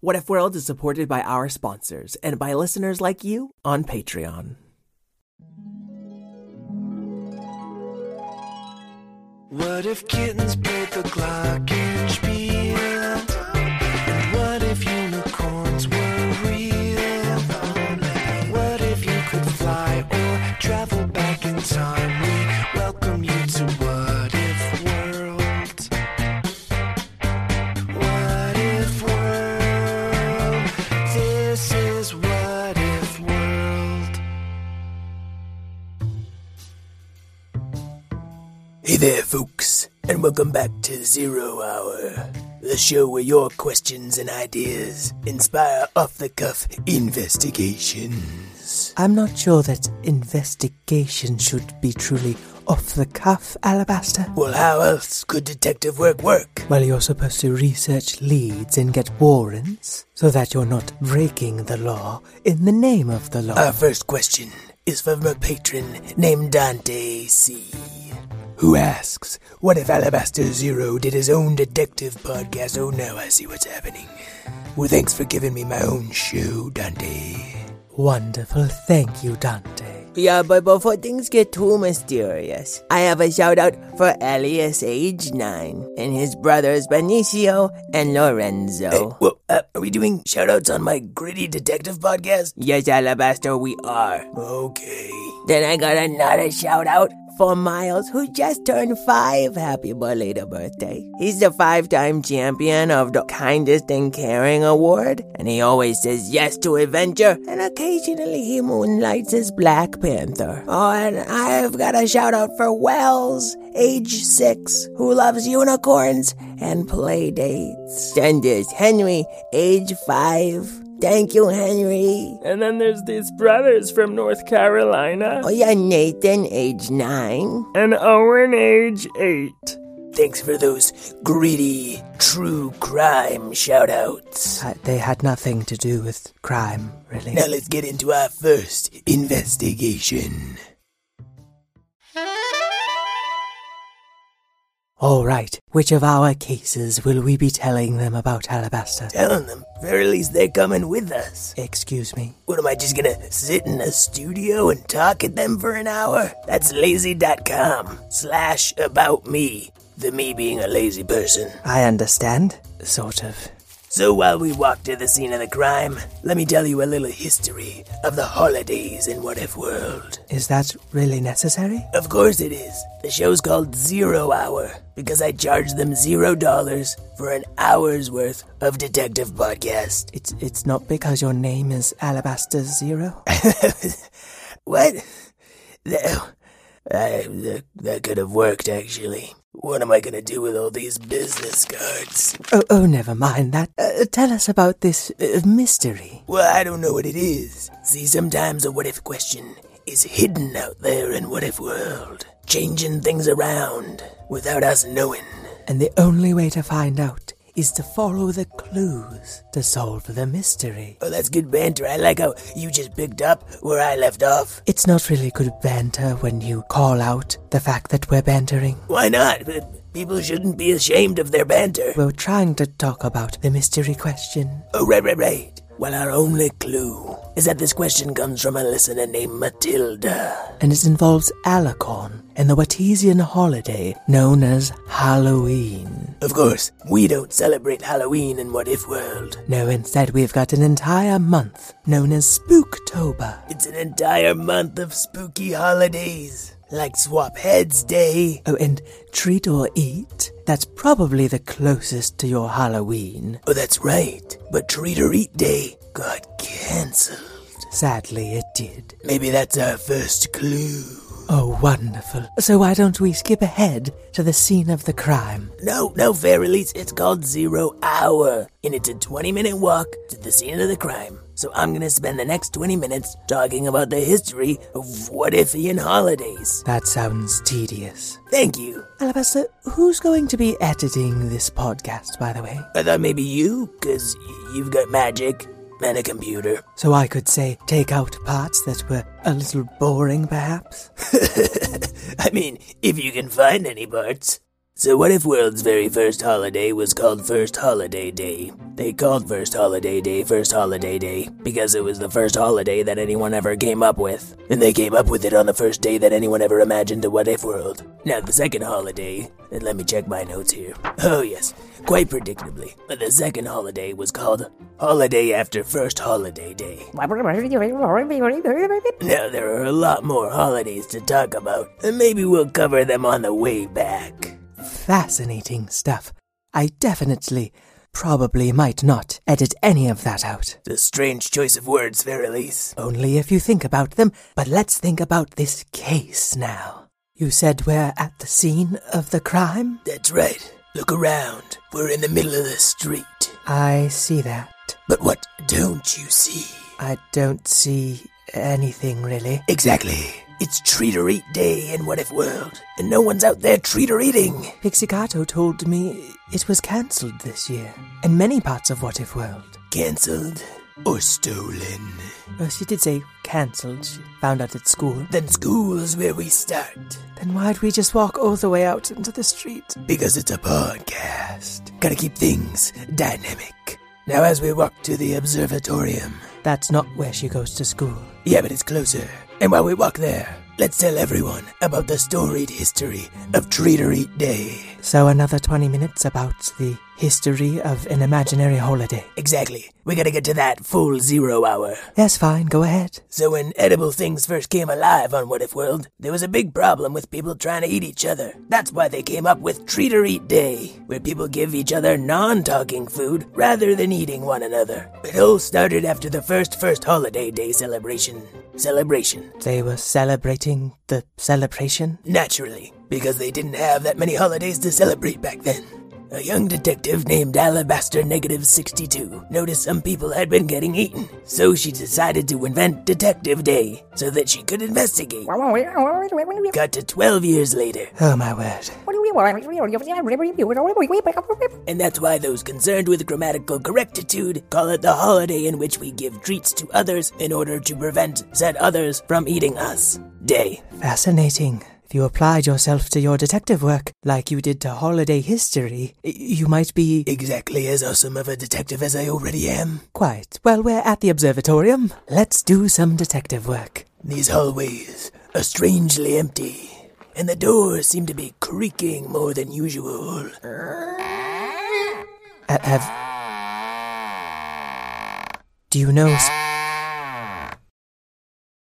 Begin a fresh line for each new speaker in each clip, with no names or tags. What If World is supported by our sponsors and by listeners like you on Patreon.
What if kittens played the glockenspiel? And what if unicorns were real? What if you could fly or travel back in time? We welcome you to What If World. What if world? This is what if world.
Hey there, folks, and welcome back to Zero Hour, the show where your questions and ideas inspire off the cuff investigations. I'm not sure that investigation should be truly off the cuff, Alabaster.
Well, how else could detective work work?
Well, you're supposed to research leads and get warrants so that you're not breaking the law in the name of the law.
Our first question is from a patron named Dante C. Who asks, What if Alabaster Zero did his own detective podcast? Oh, now I see what's happening. Well, thanks for giving me my own show, Dante.
Wonderful. Thank you, Dante.
Yeah, but before things get too mysterious, I have a shout out for Elias, age 9, and his brothers Benicio and
Hey,
Lorenzo.
well, uh, are we doing shoutouts on my gritty detective podcast?
Yes, Alabaster, we are.
Okay.
Then I got another shout out for Miles, who just turned five. Happy belated birthday. He's the five time champion of the Kindest and Caring Award, and he always says yes to adventure, and occasionally he moonlights as Black Panther. Oh, and I've got a shout out for Wells, age six, who loves unicorns and play dates. And there's Henry, age five. Thank you, Henry.
And then there's these brothers from North Carolina.
Oh, yeah, Nathan, age nine.
And Owen, age eight.
Thanks for those gritty true crime shoutouts.
Uh, They had nothing to do with crime, really.
Now let's get into our first investigation.
All right, which of our cases will we be telling them about, Alabaster?
Telling them, very least they're coming with us.
Excuse me.
What am I just gonna sit in a studio and talk at them for an hour? That's lazy.com slash about me. The me being a lazy person.
I understand, sort of.
So while we walk to the scene of the crime, let me tell you a little history of the holidays in What If World.
Is that really necessary?
Of course it is. The show's called Zero Hour because I charge them zero dollars for an hour's worth of detective podcast.
It's it's not because your name is Alabaster Zero.
What? That, I, that, that could have worked, actually. What am I gonna do with all these business cards?
Oh, oh, never mind that. Uh, tell us about this uh, mystery.
Well, I don't know what it is. See, sometimes a what if question is hidden out there in What If World, changing things around without us knowing.
And the only way to find out is to follow the clues to solve the mystery.
Oh, that's good banter. I like how you just picked up where I left off.
It's not really good banter when you call out the fact that we're bantering.
Why not? P- People shouldn't be ashamed of their banter.
We're trying to talk about the mystery question.
Oh, right, right, right. Well, our only clue is that this question comes from a listener named Matilda.
and it involves Alicorn and the Watesian holiday known as Halloween.
Of course, we don't celebrate Halloween in What If World.
No, instead, we've got an entire month known as Spooktober.
It's an entire month of spooky holidays, like Swap Heads Day.
Oh, and treat or eat? That's probably the closest to your Halloween.
Oh, that's right. But Treat or Eat Day got cancelled.
Sadly, it did.
Maybe that's our first clue.
Oh, wonderful. So, why don't we skip ahead to the scene of the crime?
No, no, fair release. It's called Zero Hour, and it's a 20 minute walk to the scene of the crime. So I'm gonna spend the next 20 minutes talking about the history of what if Ian holidays.
That sounds tedious.
Thank you.
Alabaster, who's going to be editing this podcast, by the way?
I thought maybe you, cause y- you've got magic and a computer.
So I could say, take out parts that were a little boring, perhaps?
I mean, if you can find any parts. So, what if World's very first holiday was called First Holiday Day? They called First Holiday Day First Holiday Day because it was the first holiday that anyone ever came up with. And they came up with it on the first day that anyone ever imagined a what if world. Now, the second holiday, and let me check my notes here. Oh, yes, quite predictably. The second holiday was called Holiday After First Holiday Day. Now, there are a lot more holidays to talk about, and maybe we'll cover them on the way back.
Fascinating stuff. I definitely, probably might not edit any of that out.
The strange choice of words, Verilis.
Only if you think about them, but let's think about this case now. You said we're at the scene of the crime?
That's right. Look around. We're in the middle of the street.
I see that.
But what don't you see?
I don't see anything really.
Exactly. It's treat or eat day in What If World, and no one's out there treat or eating.
Pixicato told me it was cancelled this year in many parts of What If World.
Cancelled or stolen?
Well, she did say cancelled. She found out at school.
Then school's where we start.
Then why'd we just walk all the way out into the street?
Because it's a podcast. Gotta keep things dynamic. Now, as we walk to the observatorium,
that's not where she goes to school.
Yeah, but it's closer. And while we walk there, let's tell everyone about the storied history of Treat or Eat Day.
So, another 20 minutes about the history of an imaginary holiday.
Exactly. We gotta get to that full zero hour.
Yes, fine, go ahead.
So, when edible things first came alive on What If World, there was a big problem with people trying to eat each other. That's why they came up with Treat or Eat Day, where people give each other non talking food rather than eating one another. It all started after the first first holiday day celebration. Celebration.
They were celebrating the celebration?
Naturally, because they didn't have that many holidays to celebrate back then. A young detective named Alabaster Negative 62 noticed some people had been getting eaten, so she decided to invent Detective Day so that she could investigate. Got to 12 years later.
Oh my word.
And that's why those concerned with grammatical correctitude call it the holiday in which we give treats to others in order to prevent said others from eating us. Day.
Fascinating. If you applied yourself to your detective work like you did to holiday history, you might be
exactly as awesome of a detective as I already am.
Quite. Well, we're at the observatorium. Let's do some detective work.
These hallways are strangely empty, and the doors seem to be creaking more than usual.
Uh, have. Do you know.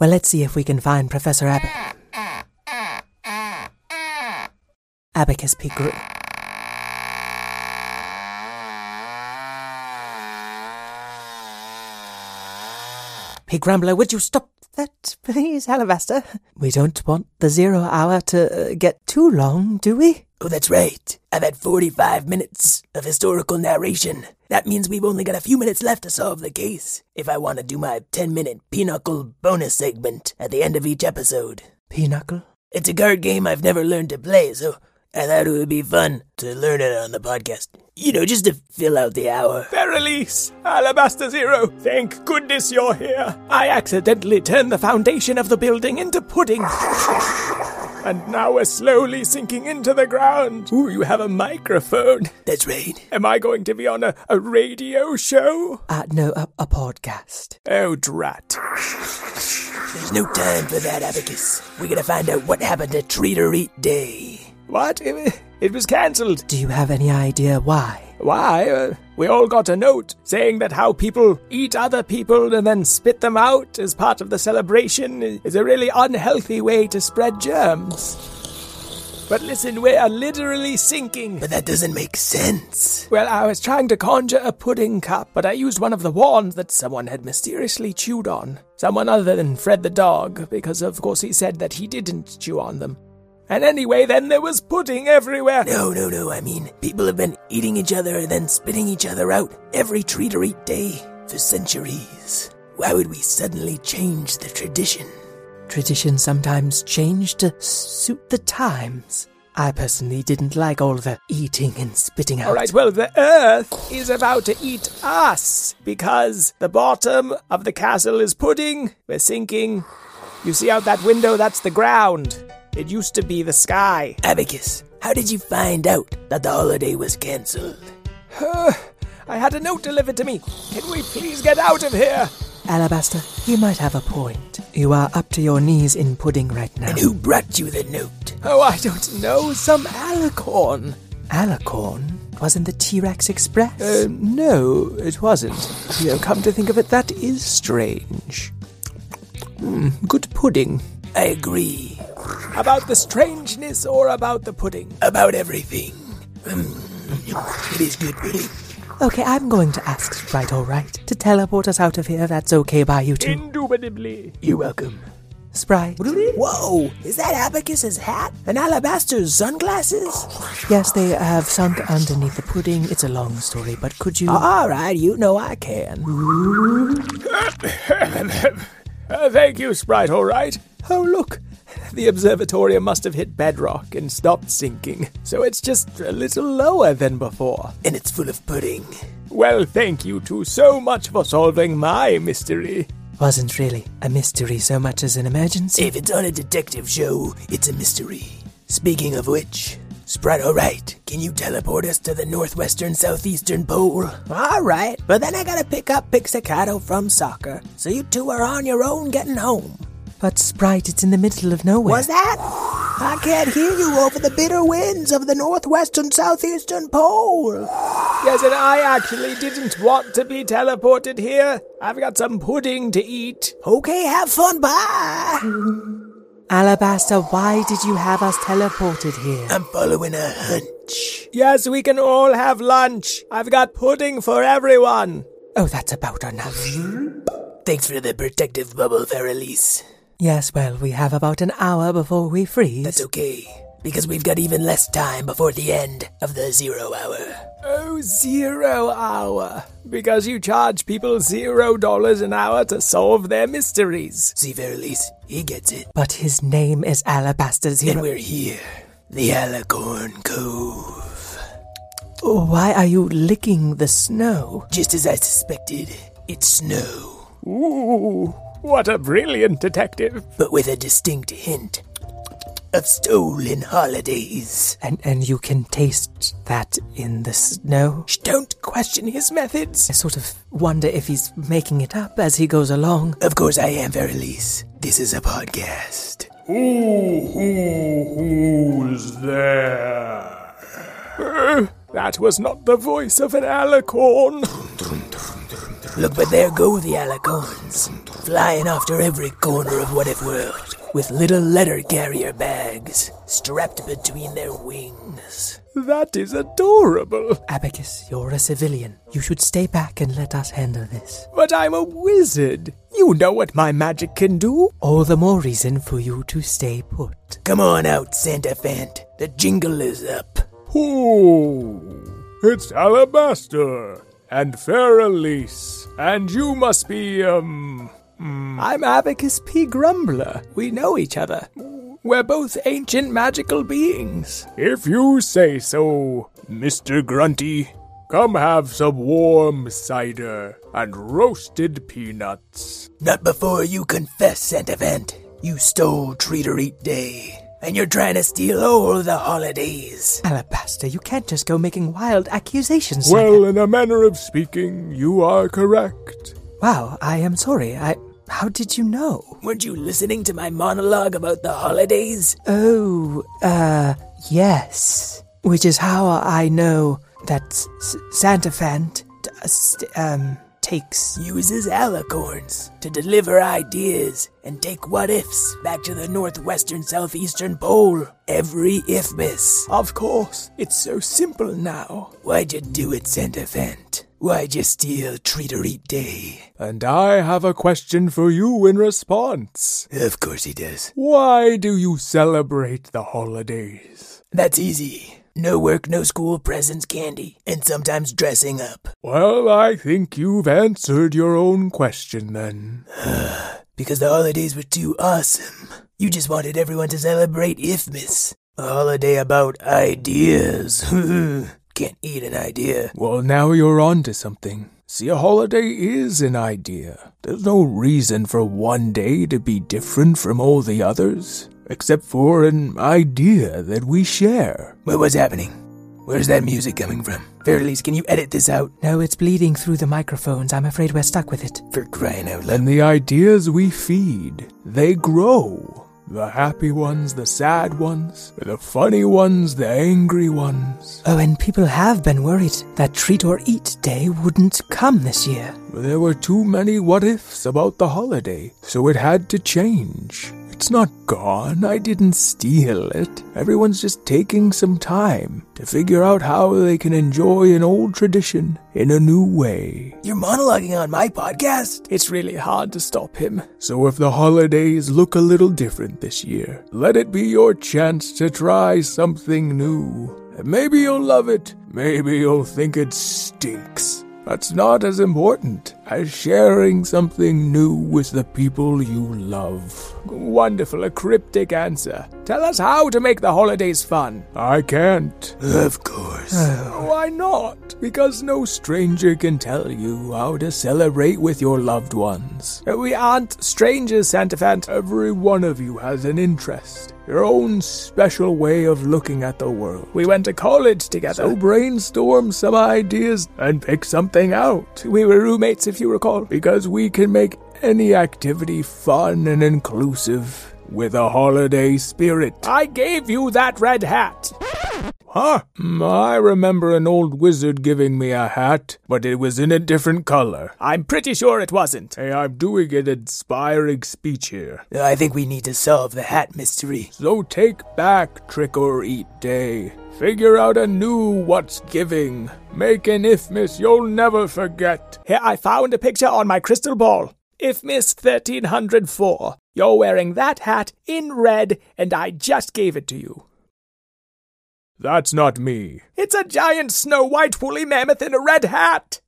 Well, let's see if we can find Professor Abbott. Abacus P. Group. P. Grumbler, would you stop that, please, Alabaster? We don't want the zero hour to uh, get too long, do we?
Oh, that's right. I've had 45 minutes of historical narration. That means we've only got a few minutes left to solve the case if I want to do my 10 minute pinochle bonus segment at the end of each episode.
Pinochle?
It's a card game I've never learned to play, so I thought it would be fun to learn it on the podcast. You know, just to fill out the hour.
Verilis, Alabaster Zero, thank goodness you're here. I accidentally turned the foundation of the building into pudding. and now we're slowly sinking into the ground. Ooh, you have a microphone.
That's right.
Am I going to be on a, a radio show?
Uh, no, a, a podcast.
Oh, drat.
There's no time for that, Abacus. We gotta find out what happened to Treat or Eat Day.
What? It, it was cancelled.
Do you have any idea why?
Why? Uh, we all got a note saying that how people eat other people and then spit them out as part of the celebration is a really unhealthy way to spread germs. But listen, we are literally sinking.
But that doesn't make sense.
Well, I was trying to conjure a pudding cup, but I used one of the wands that someone had mysteriously chewed on. Someone other than Fred the dog, because of course he said that he didn't chew on them. And anyway, then there was pudding everywhere.
No, no, no, I mean, people have been eating each other and then spitting each other out every treat or eat day for centuries. Why would we suddenly change the tradition?
Traditions sometimes change to suit the times. I personally didn't like all the eating and spitting out.
All right, well, the Earth is about to eat us because the bottom of the castle is pudding. We're sinking. You see out that window? That's the ground. It used to be the sky.
Abacus,
How did you find out that the holiday was cancelled?
I had a note delivered to me. Can we please get out of here?
Alabaster, you might have a point. You are up to your knees in pudding right now.
And who brought you the note?
Oh, I don't know. Some alicorn.
Alicorn? Wasn't the T Rex Express?
Uh, no, it wasn't. You know, come to think of it, that is strange. Hmm, good pudding.
I agree
About the strangeness or about the pudding?
about everything. Hmm. it is good pudding.
okay, I'm going to ask Right All Right to teleport us out of here if that's okay by you two.
Indubitably.
You're welcome.
Sprite.
Whoa, is that Abacus's hat and Alabaster's sunglasses?
Yes, they have sunk underneath the pudding. It's a long story, but could you.
Ah.
All right, you know I can.
Uh, thank you, Sprite, all right. Oh, look. The observatorium must have hit bedrock and stopped sinking, so it's just a little lower than before.
And it's full of pudding.
Well, thank you two so much for solving my mystery.
Wasn't really a mystery so much as an emergency.
If it's on a detective show, it's a mystery. Speaking of which, Sprite, all right, can you teleport us to the northwestern southeastern pole? All right, but then I gotta pick up Pixacato from soccer, so you two are on your own getting home.
But Sprite, it's in the middle of nowhere.
Was that? I can't hear you over the bitter winds of the northwestern southeastern pole.
Yes, and I actually didn't want to be teleported here. I've got some pudding to eat.
Okay, have fun, bye.
Alabaster, why did you have us teleported here?
I'm following a hunch.
Yes, we can all have lunch. I've got pudding for everyone.
oh, that's about enough.
Thanks for the protective bubble, Feralise.
Yes, well, we have about an hour before we freeze.
That's okay, because we've got even less time before the end of the zero hour.
Oh, zero hour. Because you charge people zero dollars an hour to solve their mysteries.
See, Feralise, he gets it.
But his name is Alabaster
And
Zero.
we're here. The Alicorn Cove.
Why are you licking the snow?
Just as I suspected, it's snow,
Ooh, what a brilliant detective.
but with a distinct hint of stolen holidays.
And and you can taste that in the snow.
Shh, Don't question his methods.
I sort of wonder if he's making it up as he goes along.
Of course, I am Verilise. This is a podcast.
Uh, that was not the voice of an alicorn.
Look, but there go the alicorns, flying after every corner of what if world, with little letter carrier bags strapped between their wings.
That is adorable.
Abacus, you're a civilian. You should stay back and let us handle this.
But I'm a wizard. You know what my magic can do.
All the more reason for you to stay put.
Come on out, Santa Fant. The jingle is up.
Oh, it's Alabaster and Feralise, and you must be, um. I'm Abacus P. Grumbler. We know each other. We're both ancient magical beings. If you say so, Mr. Grunty, come have some warm cider and roasted peanuts.
Not before you confess, Santa Fant. You stole Treat or Eat Day, and you're trying to steal all the holidays.
Alabaster, you can't just go making wild accusations like
Well, in a manner of speaking, you are correct.
that. Wow, I am sorry. I. How did you know?
Weren't you listening to my monologue about the holidays?
Oh, uh, yes. Which is how I know that S- Santa Fant uh, st- um, takes.
uses alicorns to deliver ideas and take what ifs back to the northwestern southeastern pole every ifmas.
Of course, it's so simple now.
Why'd you do it, Santa Fant? Why'd you steal Treat or Eat Day?
And I have a question for you in response.
Of course he does.
Why do you celebrate the holidays?
That's easy. No work, no school, presents, candy, and sometimes dressing up.
Well, I think you've answered your own question then.
Because the holidays were too awesome. You just wanted everyone to celebrate Ifmas. A holiday about ideas. Can't eat an idea.
Well, now you're on to something. See, a holiday is an idea. There's no reason for one day to be different from all the others, except for an idea that we share.
What was happening? Where's that music coming from? Fairleys, can you edit this out?
No, it's bleeding through the microphones. I'm afraid we're stuck with it.
For crying out loud.
And the ideas we feed, they grow. The happy ones, the sad ones, the funny ones, the angry ones.
Oh, and people have been worried that Treat or Eat Day wouldn't come this year.
There were too many what ifs about the holiday, so it had to change. It's not gone. I didn't steal it. Everyone's just taking some time to figure out how they can enjoy an old tradition in a new way.
You're monologuing on my podcast?
It's really hard to stop him. So if the holidays look a little different this year, let it be your chance to try something new. Maybe you'll love it. Maybe you'll think it stinks. That's not as important as sharing something new with the people you love. Wonderful, a cryptic answer. Tell us how to make the holidays fun. I can't.
Of course.
Why not? Because no stranger can tell you how to celebrate with your loved ones. We aren't strangers, Santafant. Every one of you has an interest, your own special way of looking at the world. We went to college together. So brainstorm some ideas and pick something out.
We were roommates, if you recall.
Because we can make any activity fun and inclusive with a holiday spirit.
I gave you that red hat.
Huh? Mm, I remember an old wizard giving me a hat, but it was in a different color.
I'm pretty sure it wasn't.
Hey, I'm doing an inspiring speech here.
I think we need to solve the hat mystery.
So take back Trick or Eat Day. Figure out a new what's giving. Make an ifmiss you'll never forget.
Here, I found a picture on my crystal ball. Ifmiss 1304. You're wearing that hat in red, and I just gave it to you.
That's not me.
It's a giant snow white woolly mammoth in a red hat.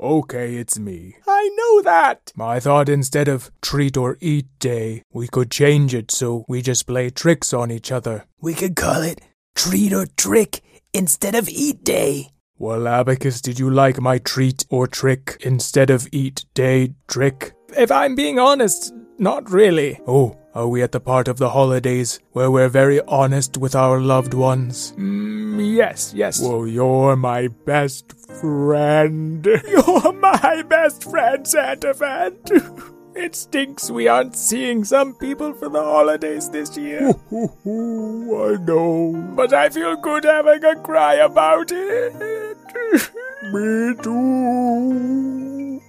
Okay, it's me.
I know that.
I thought instead of treat or eat day, we could change it so we just play tricks on each other.
We could call it treat or trick instead of eat day.
Well, Abacus, did you like my treat or trick instead of eat day trick?
If I'm being honest, not really.
Oh, are we at the part of the holidays where we're very honest with our loved ones?
Mm, yes, yes.
Well, you're my best friend.
You're my best friend, Santa Fan. it stinks we aren't seeing some people for the holidays this year.
I know.
But I feel good having a cry about it.
Me too.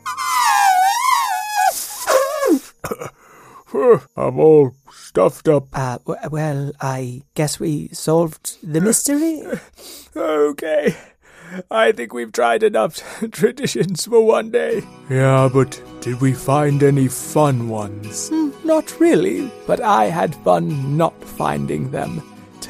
I'm all stuffed up.
Uh, w- well, I guess we solved the mystery.
okay. I think we've tried enough traditions for one day. Yeah, but did we find any fun ones?
Mm, not really, but I had fun not finding them.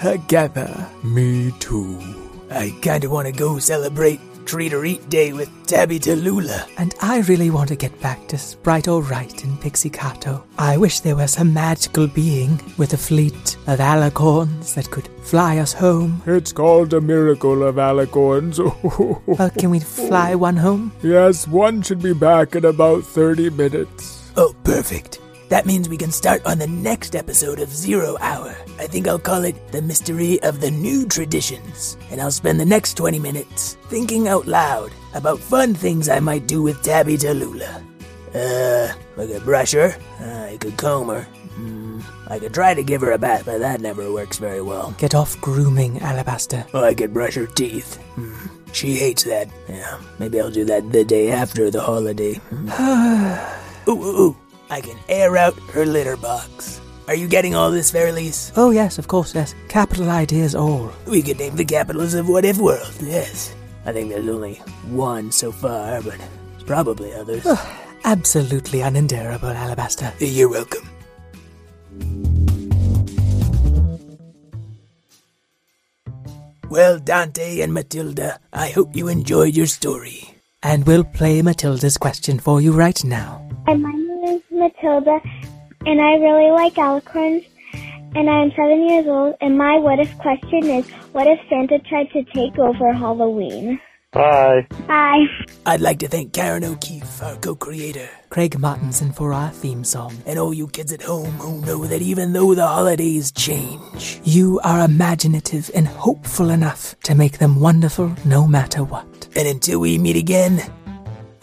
Together.
Me too.
I kinda wanna go celebrate Treat or Eat Day with Tabby Tallulah.
And I really want to get back to Sprite or Right in Pixicato. I wish there were some magical being with a fleet of alicorns that could fly us home.
It's called a miracle of alicorns.
Uh,
well, can we fly one home?
Yes, one should be back in about 30 minutes.
Oh, perfect. That means we can start on the next episode of Zero Hour. I think I'll call it The Mystery of the New Traditions. And I'll spend the next 20 minutes thinking out loud about fun things I might do with Tabby Tallulah. Uh, I could brush her. Uh, I could comb her. Mm, I could try to give her a bath, but that never works very well.
Get off grooming, Alabaster.
Oh, I could brush her teeth. Mm, she hates that. Yeah, maybe I'll do that the day after the holiday. ooh, ooh, ooh. I can air out her litter box. Are you getting all this, Fairlies?
Oh, yes, of course, yes. Capital ideas all.
We could name the capitals of What If World, yes. I think there's only one so far, but probably others. Oh,
absolutely unendurable, Alabaster.
You're welcome. Well, Dante and Matilda, I hope you enjoyed your story.
And we'll play Matilda's question for you right now.
And my name is Matilda, and I really like alicorns. And I'm seven years old, and my what if question is what if Santa tried to take over Halloween?
Bye.
Bye.
I'd like to thank Karen O'Keefe, our co-creator,
Craig Martinson for our theme song.
and all you kids at home who know that even though the holidays change,
You are imaginative and hopeful enough to make them wonderful no matter what.
and until we meet again,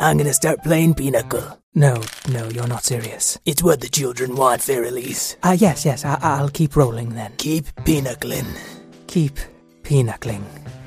I'm gonna start playing Pinochle.
No, no, you're not serious.
It's what the children want, Fair Elise.
Ah, yes, yes, I- I'll keep rolling then.
Keep pinocchling.
Keep pinocchling.